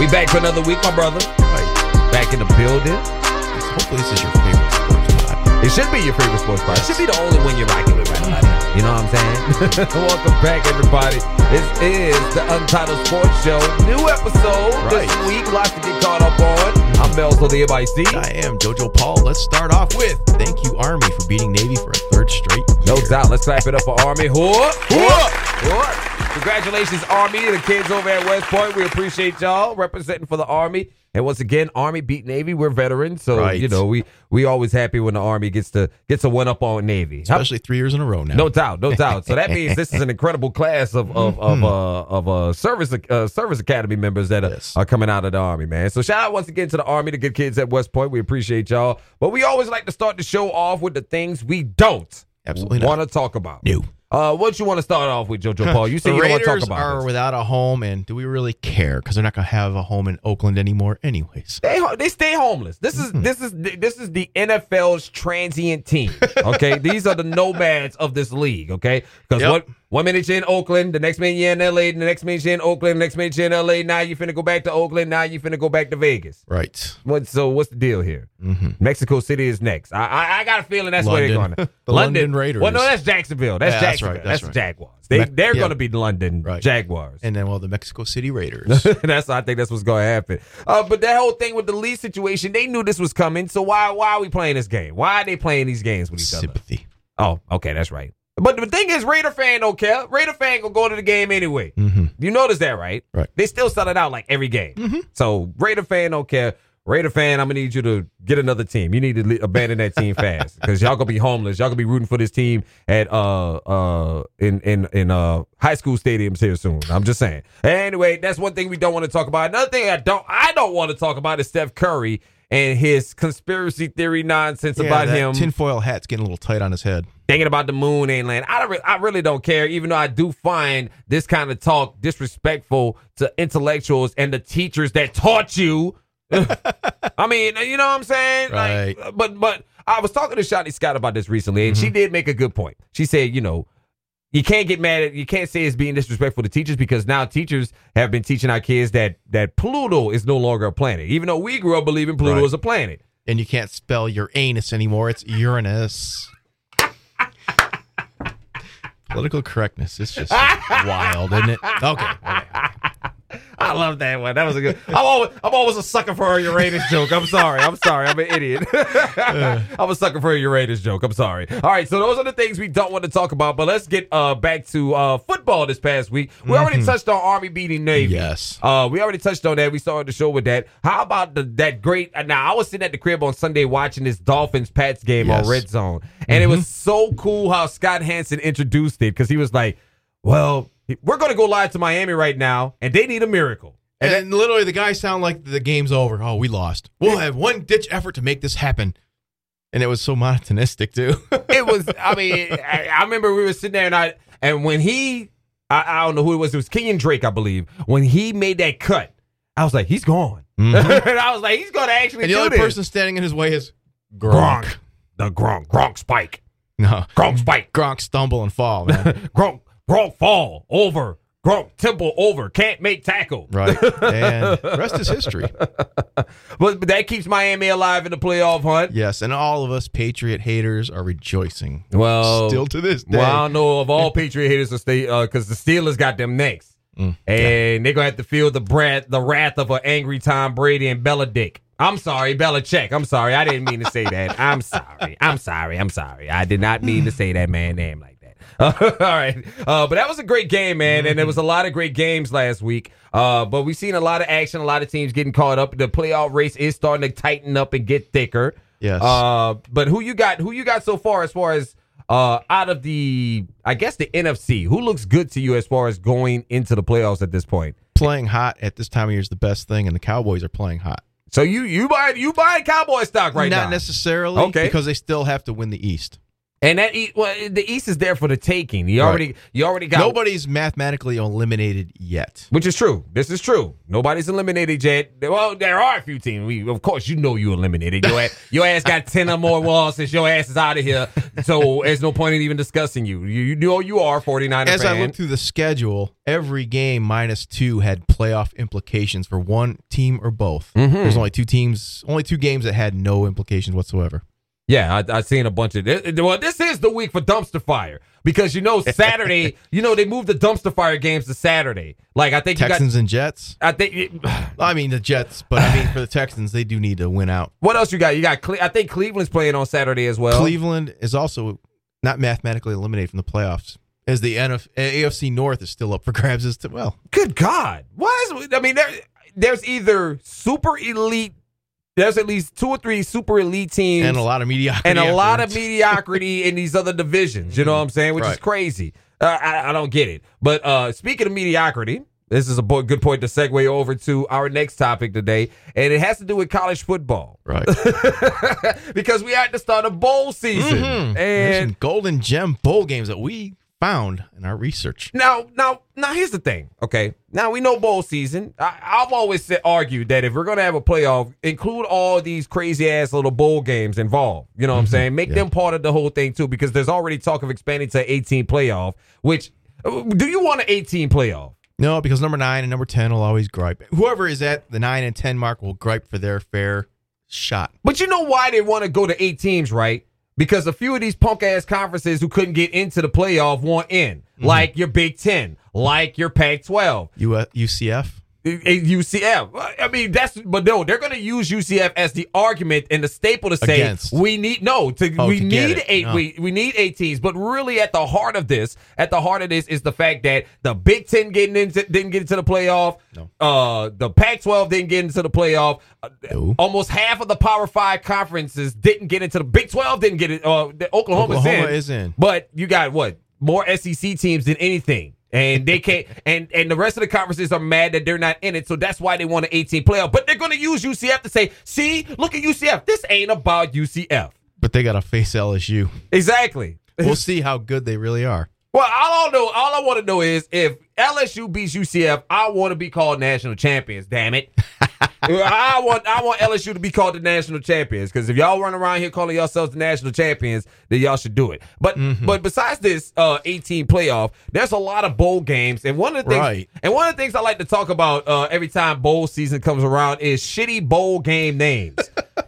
We back for another week, my brother. Back in the building. Hopefully, this is your favorite sports pod. It should be your favorite sports podcast. It should be the only one you're rocking with right now. You know what I'm saying? Welcome back, everybody. This is the Untitled Sports Show. New episode this Right. week. Lots to get caught up on. I'm Melzo the I MIC. am JoJo Paul. Let's start off with thank you, Army, for beating Navy for a third straight year. No doubt. Let's clap it up for Army. Whoop, whoop, Whoop. whoop. Congratulations, Army, the kids over at West Point. We appreciate y'all representing for the Army. And once again, Army beat Navy. We're veterans, so Right. you know we we always happy when the Army gets to gets a one up on Navy. How- Especially three years in a row now. No doubt, no doubt. So that means this is an incredible class of of of Mm-hmm. uh, of uh, service uh, service academy members that are, Yes. are coming out of the army, man. So shout out once again to the army, the good kids at West Point. We appreciate y'all, but we always like to start the show off with the things we don't Absolutely not. want to talk about. New. Uh, what you want to start off with, JoJo Paul? You say the you don't want Raiders to talk about. are this. without a home, and do we really care? Because they're not going to have a home in Oakland anymore, anyways. They ho- they stay homeless. This is Mm-hmm. this is this is the NFL's transient team. Okay, these are the nomads of this league. Okay, because Yep. one one minute you're in Oakland, the next minute you're in LA, the next minute you're in Oakland, the next minute you're in LA. Now you finna go back to Oakland. Now you finna go back to Vegas. Right. What, so what's the deal here? Mexico City is next. I, I I got a feeling that's where they're Mm-hmm. London. going. The London Raiders. Well, no, that's Jacksonville. That's Yeah, that's Jacksonville. right, That's, that's Jaguars. They Me- they're yeah. going to be the London Right. Jaguars. And then, well, the Mexico City Raiders. that's I think that's what's gonna happen. Uh, but that whole thing with the Lee situation, they knew this was coming. So why why are we playing this game? Why are they playing these games with each other? Sympathy. Oh, okay, that's right. But the thing is, Raider fan don't care. Raider fan gonna go to the game anyway. Mm-hmm. You notice that, right? Right. Mm-hmm. They still sell it out like every game. So Raider fan don't care. Raider fan, I'm gonna need you to get another team. You need to le- abandon that team fast because y'all gonna be homeless. Y'all gonna be rooting for this team at uh uh in in in uh high school stadiums here soon. I'm just saying. Anyway, that's one thing we don't want to talk about. Another thing I don't I don't want to talk about is Steph Curry and his conspiracy theory nonsense about that him Tinfoil hat's getting a little tight on his head. thinking about the moon and land. I don't. Re- I really don't care. Even though I do find this kind of talk disrespectful to intellectuals and the teachers that taught you. I mean, you know what I'm saying? Like, but but I was talking to Shotty Scott about this recently, and she did make a good point. She said, you know. You can't get mad at you can't say it's being disrespectful to teachers because now teachers have been teaching our kids that that Pluto is no longer a planet. Even though we grew up believing Pluto Right. is a planet. And you can't spell your anus anymore. It's Uranus. Political correctness. It's just wild, isn't it? Okay. I love that one. That was a good. I'm always, I'm always a sucker for a Uranus joke. I'm sorry. I'm sorry. I'm an idiot. I'm a sucker for a Uranus joke. I'm sorry. All right. So those are the things we don't want to talk about. But let's get uh, back to uh, football this past week. We already touched on Army beating Navy. Mm-hmm. Yes. Uh, we already touched on that. We started the show with that. How about the that great? uh, Now I was sitting at the crib on Sunday watching this Dolphins Pats game on Yes. Red Zone, and it was Mm-hmm. so cool how Scott Hansen introduced it because he was like, "Well, we're going to go live to Miami right now, and they need a miracle." And then literally the guys sound like the game's over. Oh, we lost. We'll have one ditch effort to make this happen. And it was so monotonistic too. it was. I mean, I, I remember we were sitting there, and I and when he, I, I don't know who it was. It was Kenyon Drake, I believe. When he made that cut, I was like, he's gone. and I was like, he's going to actually Mm-hmm. and the do only this. person standing in his way is Gronk. Gronk, the Gronk, Gronk spike, No. Gronk spike, Gronk stumble and fall, man. Gronk, Gronk fall over, Gronk temple over, can't make tackle. right. And the rest is history. But, but that keeps Miami alive in the playoff hunt. Yes. And all of us Patriot haters are rejoicing. Well, Still to this day. Well, I don't know of all Patriot haters to stay because the Steelers got them next, Mm. and they're gonna have to feel the breath, the wrath of an angry Tom Brady and Belichick. I'm sorry, Belichick. I'm sorry. I didn't mean to say that. I'm sorry. I'm sorry. I'm sorry. I did not mean to say that man name like that. all right, uh, but that was a great game, man, and there was a lot of great games last week. Uh, but we've seen a lot of action, a lot of teams getting caught up. The playoff race is starting to tighten up and get thicker. Yes. Uh, but who you got? Who you got so far as far as uh out of the I guess the NFC? Who looks good to you as far as going into the playoffs at this point? playing hot at this time of year is the best thing, and the Cowboys are playing hot. So you you buy you buy Cowboy stock right Not now? necessarily Okay. because they still have to win the East. And that e- well, the East is there for the taking. You already you already got Nobody's mathematically eliminated yet. Which is true. This is true. Nobody's eliminated yet. Well, there are a few teams. We, of course, you know you eliminated. Your ass, your ass got 10 or more walls since your ass is out of here. So there's no point in even discussing you. You, you know you are 49 As fan. I look through the schedule, every game minus two had playoff implications for one team or both. Mm-hmm. There's only two teams, only two games that had no implications whatsoever. Yeah, I, I seen a bunch of this. Well, this is the week for dumpster fire because you know Saturday. you know they moved the dumpster fire games to Saturday. Like I think Texans and Jets. you got. I think. I mean the Jets, but I mean for the Texans, they do need to win out. What else you got? You got. Cle- I think Cleveland's playing on Saturday as well. Cleveland is also not mathematically eliminated from the playoffs, as the NF- AFC North is still up for grabs. As to well, Good God! Why is? I mean, there, there's either super elite. There's at least two or three super elite teams and a lot of mediocrity, and a lot of afterwards. mediocrity in these other divisions. You know what I'm saying? Which is Right. crazy. Uh, I, I don't get it. But uh, speaking of mediocrity, this is a bo- good point to segue over to our next topic today, and it has to do with college football right. because we had to start a bowl season. Mhm. There's And some golden gem bowl games that we found in our research. Now, now, now, here's the thing. Okay, now we know bowl season. I, I've always said, argued that if we're gonna have a playoff, include all these crazy ass little bowl games involved. You know what I'm saying? Make them part of the whole thing too, because there's already talk of expanding to 18 playoff. Which, uh, do you want an 18 playoff? No, because number nine and number ten will always gripe. Whoever is at the nine and ten mark will gripe for their fair shot. But you know why they want to go to eight teams, right? Because a few of these punk ass conferences who couldn't get into the playoff want in, like your Big Ten, like your Pac 12. U- uh, UCF. at UCF. I mean, that's but no, they're going to use UCF as the argument and the staple to say Against. we need no to Oh, we to get need it. eight No. we we need eight teams. But really, at the heart of this, at the heart of this is the fact that the Big Ten getting into didn't get into the playoff. No. Uh, the Pac-12 didn't get into the playoff. Uh, No. Almost half of the Power Five conferences didn't get into the Big 12. Didn't get it. Uh, the Oklahoma's Oklahoma in. is in. But you got what more SEC teams than anything, and they can't. and and the rest of the conferences are mad that they're not in it, so that's why they want an 18 playoff. But they're going to use UCF to say, "See, look at UCF. This ain't about UCF." But they got to face LSU. Exactly. We'll see how good they really are. Well, all I know, all I want to know is if LSU beats UCF, I want to be called national champions. Damn it! I want, I want LSU to be called the national champions because if y'all run around here calling yourselves the national champions, then y'all should do it. But, but besides this uh, 18 playoff, there's a lot of bowl games, and one of the things, Right. and one of the things I like to talk about uh, every time bowl season comes around is shitty bowl game names.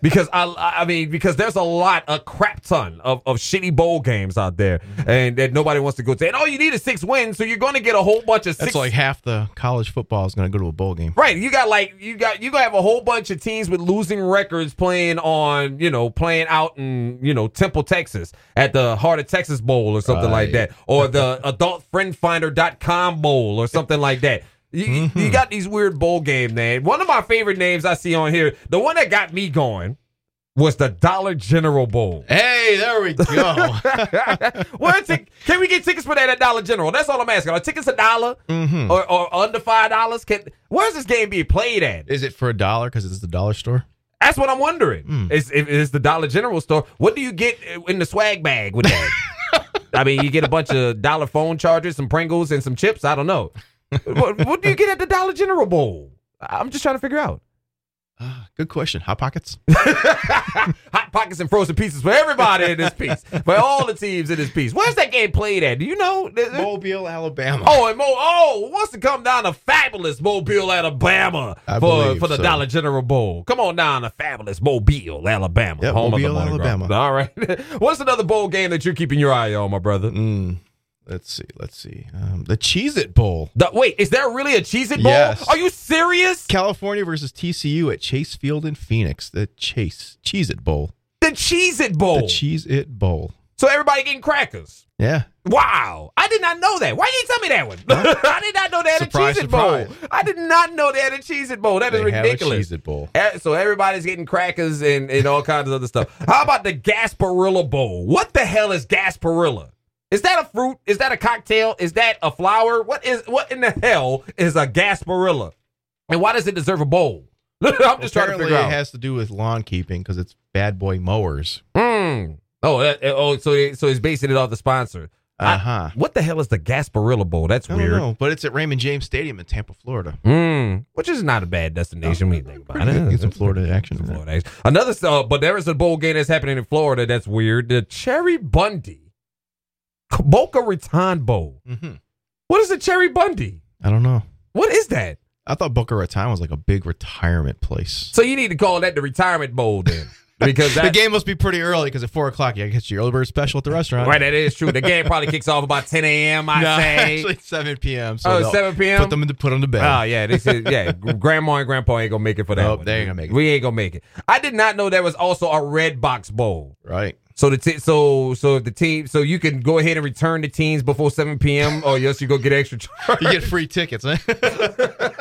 Because I, I mean, because there's a lot, a crap ton of, of shitty bowl games out there, Mm-hmm. and that nobody wants to go to. And all you need is six wins, so you're going to get a whole bunch of That's six. like half the college football is going to go to a bowl game. right, you got like you got you gonna have a whole bunch of teams with losing records playing on you know playing out in you know Temple, Texas at the Heart of Texas Bowl or something like that, or the AdultFriendFinder.com Bowl or something like that. You, you got these weird bowl game names. One of my favorite names I see on here, the one that got me going, was the Dollar General Bowl. Hey, there we go. Where t- can we get tickets for that at Dollar General? That's all I'm asking. Are tickets a dollar Mm. Mm-hmm. or, or under five dollars? Can where's this game being played at? is it for a dollar because it's the dollar store? That's what I'm wondering. Is if it's the Dollar General store? What do you get in the swag bag with that? I mean, you get a bunch of dollar phone chargers, some Pringles, and some chips. I don't know. what, what do you get at the Dollar General Bowl? I'm just trying to figure out. Ah, good question. Hot pockets. Hot pockets and frozen pizzas for everybody in this piece, for all the teams in this piece. Where's that game played at? Do you know? Mobile, Alabama. Oh, and Mo, oh, wants to come down to fabulous Mobile, Alabama I for, believe for the so. Dollar General Bowl. Come on down to fabulous Mobile, Alabama. Yeah, home of the Mobile, Mardi Gras. Alabama. All right. What's another bowl game that you're keeping your eye on, my brother? Mm, let's see. Let's see. Um, the Cheez It Bowl. The- wait, is there really a Cheez It Bowl? Yes. Are you serious? California versus TCU at Chase Field in Phoenix. The Chase Cheez It Bowl. The Cheez It Bowl. The Cheez It Bowl. so everybody getting crackers. Yeah. Wow. I did not know that. Why you tell me that one? I did not know they had Surprise, a Cheez It Bowl. surprise. I did not know they had a Cheez It Bowl. That is They have a ridiculous. Cheez It Bowl. Eh, So everybody's getting crackers and, and all kinds of other stuff. How about the Gasparilla Bowl? What the hell is Gasparilla? Is that a fruit? Is that a cocktail? Is that a flower? What is what in the hell is a Gasparilla? And why does it deserve a bowl? I'm just trying to Apparently figure out. it has to do with lawn keeping because it's bad boy mowers. Mm. Oh, uh, uh, oh, so they, so he's basing it off the sponsor. I- Uh huh. What the hell is the Gasparilla Bowl? That's I don't weird. know, but it's at Raymond James Stadium in Tampa, Florida. Mm, which is not a bad destination when you think about Pretty good. it. Get some Florida action. in there. Florida. actually. Another uh, but there is a bowl game that's happening in Florida that's weird. The Cherry Bundy, Boca Raton Bowl. Mhm. What is a Cherry Bundy? I don't know. What is that? I thought Boca Raton was like a big retirement place. So you need to call that the retirement bowl then, because The that, game must be pretty early because at four o'clock you get your early bird special at the restaurant. right, that is true. The game probably kicks off about 10 a.m. I No, say. actually it's seven p.m. So oh, they'll 7 p.m. Put them in the, put them to bed. Oh yeah, they said yeah. Grandma and grandpa ain't gonna make it for that. Nope, one. they ain't gonna make it. We ain't gonna make it. I did not know there was also a red box bowl. right. So the t- so so if the team so you can go ahead and return the teams before seven p.m. or else you go get extra charge. You get free tickets. eh?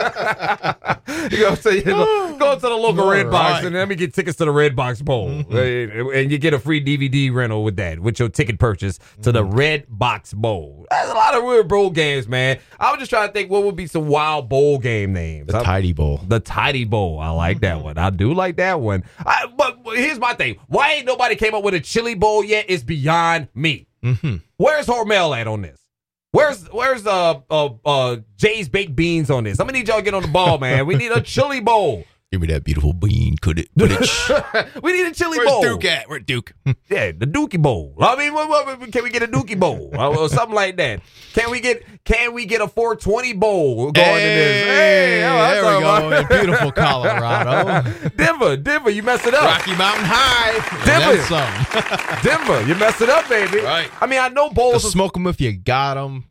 you go, to, go to the local All red box right. and let me get tickets to the red box bowl, and, and you get a free DVD rental with that with your ticket purchase to the red box bowl. That's a lot of weird bowl games, man. I was just trying to think what would be some wild bowl game names. the I'm- tidy bowl. the tidy bowl. I like that one. I do like that one. I, but but here's my thing: why ain't nobody came up with a chili bowl yet? Is beyond me. Mm-hmm. Where's Hormel at on this? Where's where's uh uh, uh Jay's baked beans on this? I'm gonna need y'all to get on the ball, man. We need a chili bowl. Give me that beautiful bean. Could it? Could it? we need a chili bowl. Where's Duke at? Where Duke? Yeah, the Dookie Bowl. I mean, what, what, can we get a Dookie Bowl or, or something like that? Can we get Can we get a 420 Bowl going in this? Hey, oh, that's there we all go. right. In beautiful Colorado, Denver, Denver, you messed it up. Rocky Mountain High. Denver. That's something. Denver, you messed it up, baby. Right. I mean, I know So bowls. Are, smoke them if you got them.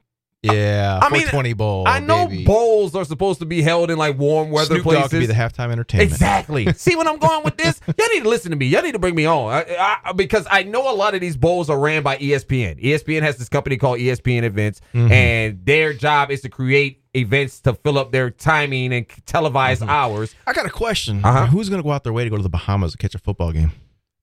Yeah, I mean, 420 bowl. I know baby. bowls are supposed to be held in like warm weather Snoop Dogg places. could be the halftime entertainment. exactly. See when I'm going with this, y'all need to listen to me. Y'all need to bring me on I, I, because I know a lot of these bowls are ran by E ESPN. ESPN has this company called E ESPN Events, Mm-hmm. and their job is to create events to fill up their timing and televised Mm-hmm. hours. I got a question. Uh-huh. Who's going to go out their way to go to the Bahamas to catch a football game?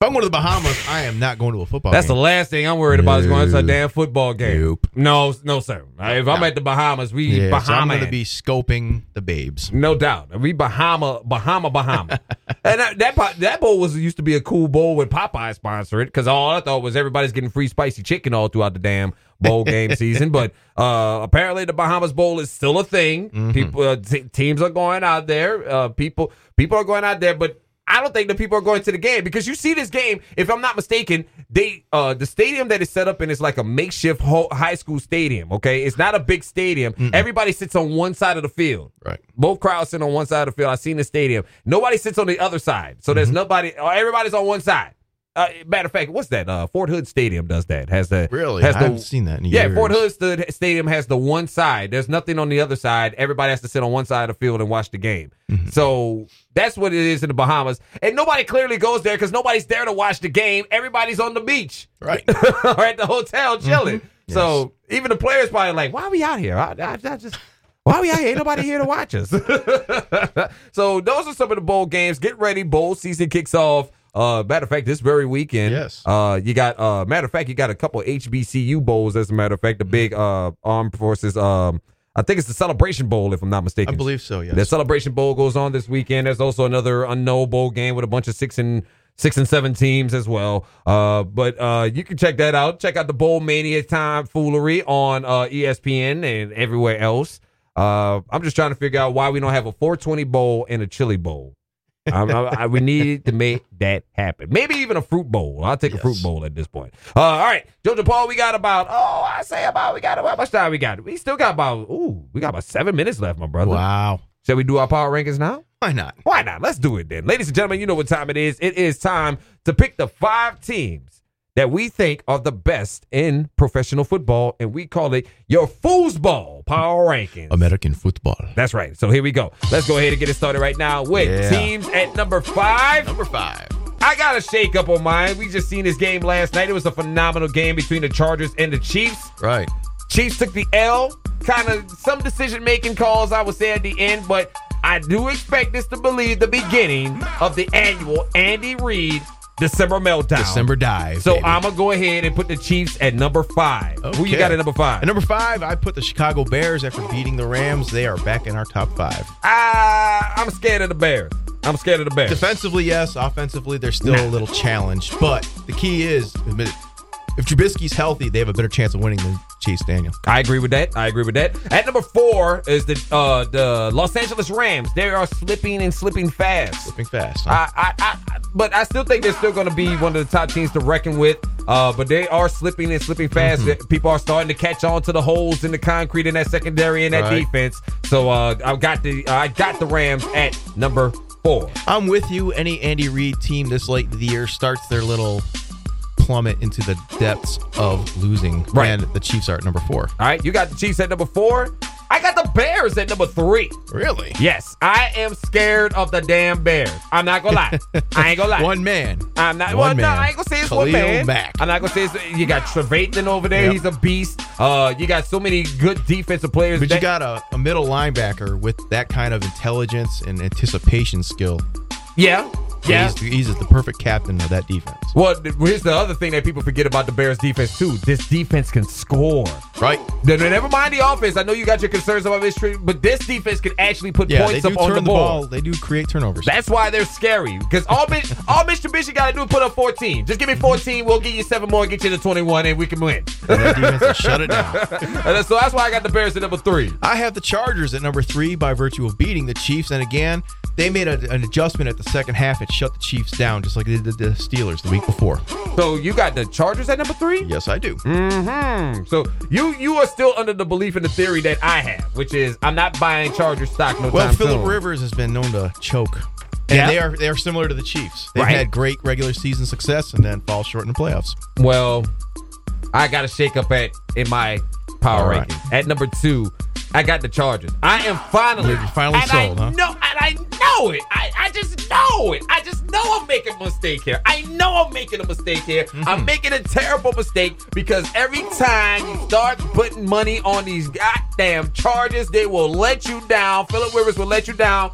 If I'm going to the Bahamas, I am not going to a football That's the game. last thing I'm worried about is going to a Nope. damn football game. Nope. No, no, sir. If I'm at the Bahamas, we yeah, Bahamas. so I'm going to be scoping the babes. No doubt. We Bahama, Bahama, Bahama. and that, that po- that bowl was used to be a cool bowl when Popeye sponsored it because all I thought was everybody's getting free spicy chicken all throughout the damn bowl game season. But uh, apparently, the Bahamas Bowl is still a thing. People, uh, t- teams are going out there. Uh, people, people are going out there, but. I don't think the people are going to the game because you see this game. If I'm not mistaken, they uh the stadium that is set up in is like a makeshift ho- high school stadium. Okay, it's not a big stadium. Everybody sits on one side of the field. Right. Both crowds sit on one side of the field. I've seen the stadium. Nobody sits on the other side. So Mm-hmm. there's nobody. oh, Everybody's on one side. Uh, matter of fact, what's that? Uh, Fort Hood Stadium does that. Has the Really? Has I haven't seen that in yeah, years. Fort Hood st- Stadium has the one side. There's nothing on the other side. Everybody has to sit on one side of the field and watch the game. Mm-hmm. So that's what it is in the Bahamas. And nobody clearly goes there because nobody's there to watch the game. Everybody's on the beach Right. or at the hotel Mm-hmm. chilling. So even the players probably like, why are we out here? I, I, I just. Why are we out here? Ain't nobody here to watch us. so those are some of the bowl games. Get ready, bowl season kicks off. Uh, matter of fact, this very weekend. Yes. Uh, you got. Uh, matter of fact, you got a couple HBCU bowls. As a matter of Mm-hmm. fact, the big uh armed forces. Um, I think it's the Celebration Bowl, if I'm not I mistaken. believe so, yes. The Celebration Bowl goes on this weekend. There's also another unknown bowl game with a bunch of six and six and seven teams as well. Uh, but uh, you can check that out. Check out the Bowl Mania time foolery on uh, ESPN and everywhere else. Uh, I'm just trying to figure out why we don't have a 420 bowl and a chili bowl. I'm, I, I, we need to make that happen. Maybe even a fruit bowl. I'll take a fruit Yes. bowl at this point. Uh, all right, Jojo Paul, we got about oh, I say about we got about how much time we got? We still got about ooh, we got about seven minutes left, my brother. Wow. Shall we do our power rankings now? Why not? Why not? Let's do it then. Ladies and gentlemen, you know what time it is. It is time to pick the five teams that we think are the best in professional football, and we call it your foosball power rankings. American football. That's right. So here we go. Let's go ahead and get it started right now with Yeah. teams at number five. Number five. I got a shake up on mine. We just seen this game last night. It was a phenomenal game between the Chargers and the Chiefs. Right. Chiefs took the L. Kind of some decision making calls, I would say, at the end, but I do expect this to believe the beginning of the annual Andy Reid December meltdown. December dive. So baby. I'm going to go ahead and put the Chiefs at number five. Who you Okay. got at number five? At number five, I put the Chicago Bears after beating the Rams. They are back in our top five. I, I'm Ah, scared of the Bears. I'm I'm scared of the Bears. Defensively, yes. Offensively, they're still a little challenged. But the key is, admit it, if Trubisky's healthy, they have a better chance of winning than Chase Daniel. I agree with that. I agree with that. At number four is the uh, the Los Angeles Rams. They are slipping and slipping fast. Think fast. huh? I, I, I, I- but I still think they're still going to be one of the top teams to reckon with. Uh, but they are slipping and slipping fast. Mm-hmm. People are starting to catch on to the holes in the concrete in that secondary and that Right. defense. So uh, I've got the I got the Rams at number four. I'm with you. Any Andy Reid team this late in the year starts their little plummet into the depths of losing. Right. And the Chiefs are at number four. All right, you got the Chiefs at number four. I got the Bears at number three. Really? Yes, I am scared of the damn Bears. I'm not gonna lie. I ain't gonna lie. One man. I'm not. well, One no, man. I ain't gonna say it's one Khalil man. Mack. I'm not gonna say it's. You got Trevathan over there. Yep. He's a beast. Uh, you got so many good defensive players. But that, you got a, a middle linebacker with that kind of intelligence and anticipation skill. yeah, yeah. He's, he's the perfect captain of that defense. Well, th- here's the other thing that people forget about the Bears defense too. This defense can score. Right? Then- then Never mind the offense. I know you got your concerns about this, tree, but this defense can actually put Yeah, points they up do on turn the the, board. ball. They do create turnovers. That's why they're scary. Because all Mich- all Mitsubishi got to do is put up 14. Just give me 14. We'll give you seven more, get you to 21, and we can win. And that defense will shut it down. And so that's why I got the Bears at number three. I have the Chargers at number three by virtue of beating the Chiefs. And again, they made a, an adjustment at the second half and shut the Chiefs down, just like they did the Steelers the week before. So you got the Chargers at number three. Yes, I do. Mm-hmm. So you you are still under the belief in the theory that I have, which is I'm not buying Charger stock no Well, time Philip soon. Rivers has been known to choke. And Yeah. they are they are similar to the Chiefs. They've Right. had great regular season success and then fall short in the playoffs. Well, I got a shake up at in my power All right. ranking. At number two, I got the Chargers. I am finally You're finally and sold, I huh? know- and I know it. I, I just know it. I just know I'm making a mistake here. I know I'm making a mistake here. Mm-hmm. I'm making a terrible mistake because every time you start putting money on these goddamn Chargers, they will let you down. Philip Rivers will let you down.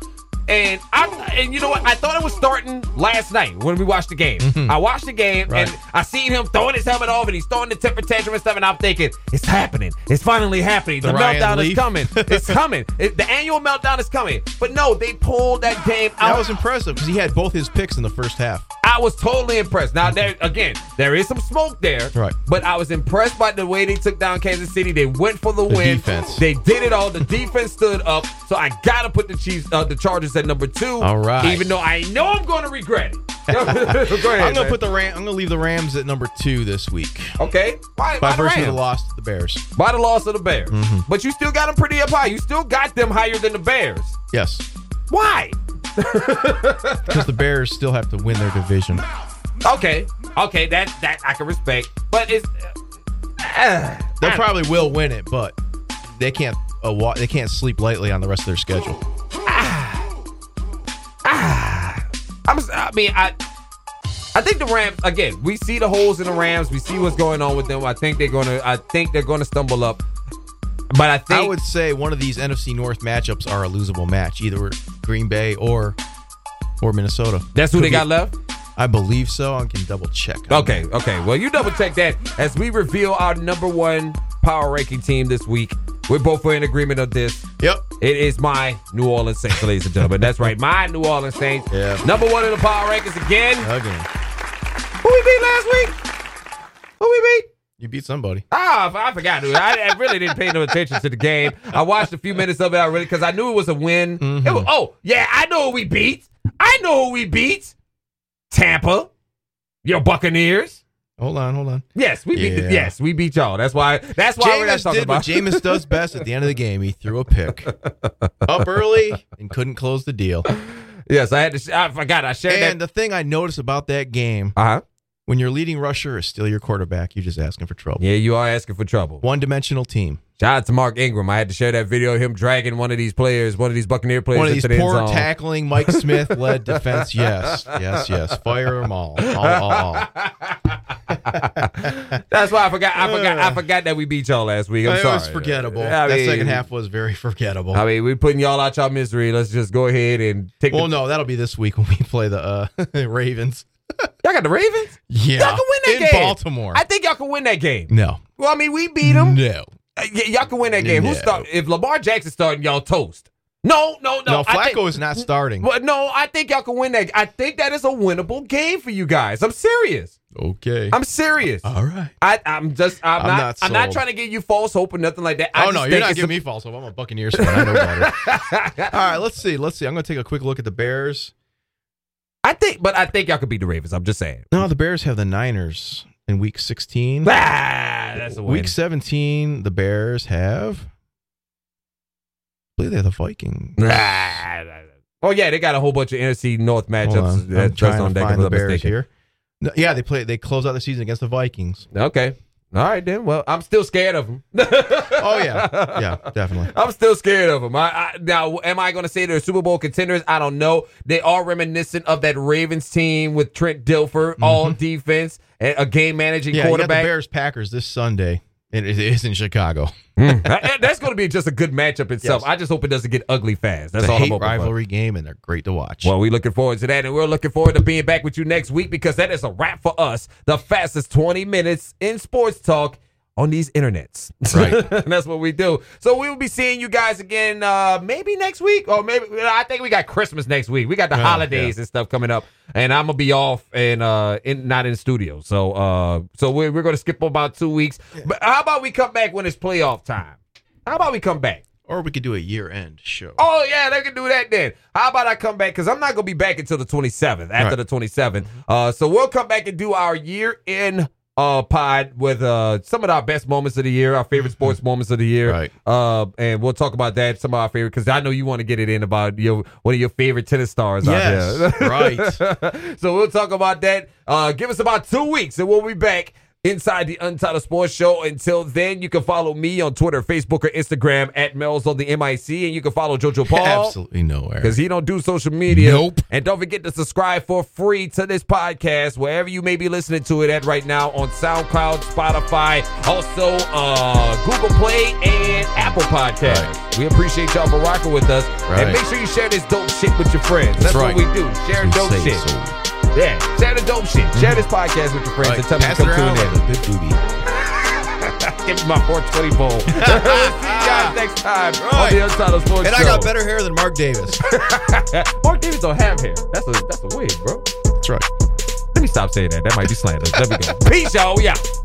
And I and you know what? I thought it was starting last night when we watched the game. I watched the game Mm-hmm. Right. and I seen him throwing his helmet off and he's throwing the temper tantrum and stuff. And I'm thinking, it's happening. It's finally happening. The, The Ryan meltdown is Leaf. coming. It's coming. It- the annual meltdown is coming. But no, they pulled that game out. That was impressive because he had both his picks in the first half. I was totally impressed. Now there again, there is some smoke there, Right. But I was impressed by the way they took down Kansas City. They went for the, win. defense. They did it all. The defense stood up. So I gotta put the Chiefs, uh, the Chargers at number two. All right. Even though I know I'm going to regret it. Go ahead, I'm gonna man. put the Ram, I'm gonna leave the Rams at number two this week okay by, by the virtue of the Mm-hmm. Rams. loss to the Bears. by the loss of the Bears. But you still got them pretty up high. You still got them higher than the Bears. Yes, Why? because the Bears still have to win their division. Okay, okay, that that I can respect, but it's. Uh, They I- probably will win it, but they can't uh, wa- they can't sleep lightly on the rest of their schedule. I'm, s- I mean, I. I think the Rams again. We see the holes in the Rams. We see what's going on with them. I think they're gonna. I think they're gonna stumble up. But I think I would say one of these NFC North matchups are a losable match, either Green Bay or or Minnesota. that's who Could they be- got left. I believe so. I can double check. Okay, okay. Well, you double check that as we reveal our number one power ranking team this week. We both were in agreement of this. Yep. It is my New Orleans Saints, ladies and gentlemen. That's right, my New Orleans Saints. Yeah. Number one in the power rankings again. Again, Who we beat last week? Who we beat? you beat somebody. Ah, I forgot. Dude. I, I really didn't pay no attention to the game. I watched a few minutes of it. I really because I knew it was a win. Mm-hmm. It was- oh yeah, I know who we beat. I know who we beat. Tampa, your Buccaneers. Hold on, hold on. Yes, we beat. Yeah. The, yes, we beat y'all. That's why. That's why we're not Jameis talking did what about. Jameis does best at the end of the game. He threw a pick up early and couldn't close the deal. yes, I had to. sh- I forgot. I shared And that. the thing I noticed about that game, Uh huh. when your leading rusher is still your quarterback, you're just asking for trouble. Yeah, you are asking for trouble. One dimensional team. Shout out to Mark Ingram. I had to share that video of him dragging one of these players, one of these Buccaneer players One of these into the end poor zone. tackling Mike Smith led defense. Yes, yes, yes. Fire them all. All, all, all. That's why I forgot. I forgot. I forgot that we beat y'all last week. I'm it sorry. was forgettable. I that mean- second half was very forgettable. I mean, we're putting y'all out y'all misery. Let's just go ahead and take. well, the, no, that'll be this week when we play the uh, Ravens. Y'all got the Ravens. Yeah, Y'all can win that in game. Baltimore. I think y'all can win that game. no, Well, I mean, we beat them. no. Uh, y- y'all can win that game. Who No. start? If Lamar Jackson starting, y'all toast. No, no, no. No, I think- Flacco is not starting. Well, no, I think y'all can win that. I think that is a winnable game for you guys. I'm serious. Okay. I'm serious. All right. I, I'm just. I'm, Uh-huh. not. I'm not I'm not sold. trying to give you false hope or nothing like that. I oh just no, think you're not it's giving a- me false hope. I'm a Buccaneers fan. I know better. All right, let's see. Let's see. I'm going to take a quick look at the Bears. I think, but I think y'all could beat the Ravens. I'm just saying. No, the Bears have the Niners in Week 16. Ah, that's a win. Week 17, the Bears have. I believe they have the Vikings. Ah, oh yeah, they got a whole bunch of NFC North Hold matchups. on. That's I'm just trying on to deck. if find I'm the not Bears mistaken. here. No, yeah, they play. They close out the season against the Vikings. Okay. All right then. Well, I'm still scared of them. Oh yeah, yeah, definitely. I'm still scared of them. I, I, now, am I going to say they're Super Bowl contenders? I don't know. They are reminiscent of that Ravens team with Trent Dilfer, all defense, a, a game managing Mm-hmm. Yeah, you got the quarterback. Bears Packers this Sunday, and it is in Chicago. That- that's going to be just a good matchup itself. Yes. I just hope it doesn't get ugly fast. That's It's a all I'm hate hoping for. rivalry game, and they're great to watch. Well, we're looking forward to that, and we're looking forward to being back with you next week because that is a wrap for us. The fastest 20 minutes in sports talk on these internets. Right. That's what we do. So we will be seeing you guys again uh maybe next week or maybe I think we got Christmas next week. We got the Yeah, holidays and stuff coming up and I'm going to be off and uh in not in studio. So uh so we are we're going to skip about 2 weeks. But how about we come back when it's playoff time? How about we come back? or we could do a year-end show. Oh yeah, they can do that then. How about I come back? Because I'm not gonna be back until the 27th. After Right. the 27th, uh, so we'll come back and do our year in uh pod with uh some of our best moments of the year, our favorite sports moments of the year. Mm-hmm. Right. Uh, and we'll talk about that. Some of our favorite because I know you want to get it in about your one of your favorite tennis stars out there. Yes, right. so we'll talk about that. Uh, give us about two weeks and we'll be back inside the Untitled Sports Show. Until then, you can follow me on Twitter, Facebook, or Instagram at Mel's on the MIC. And you can follow JoJo Paul. Absolutely nowhere. Because he don't do social media. Nope. And don't forget to subscribe for free to this podcast, wherever you may be listening to it at right now on SoundCloud, Spotify, also uh, Google Play and Apple Podcast. We appreciate y'all for rocking with us. Right. And make sure you share this dope shit with your friends. That's, That's what right. we do. Share dope Say shit. so. Yeah. Share the dope shit. Share this podcast with your friends Right, and tell them pass to it come around tune in. like a good booty. Give me my 420 bowl. See you guys next time on Right. the Untitled Sports And I Show. got better hair than Mark Davis. Mark Davis don't have hair. That's a that's a wig, bro. That's right. Let me stop saying that. That might be slander. Let me go. Peace, y'all. We out.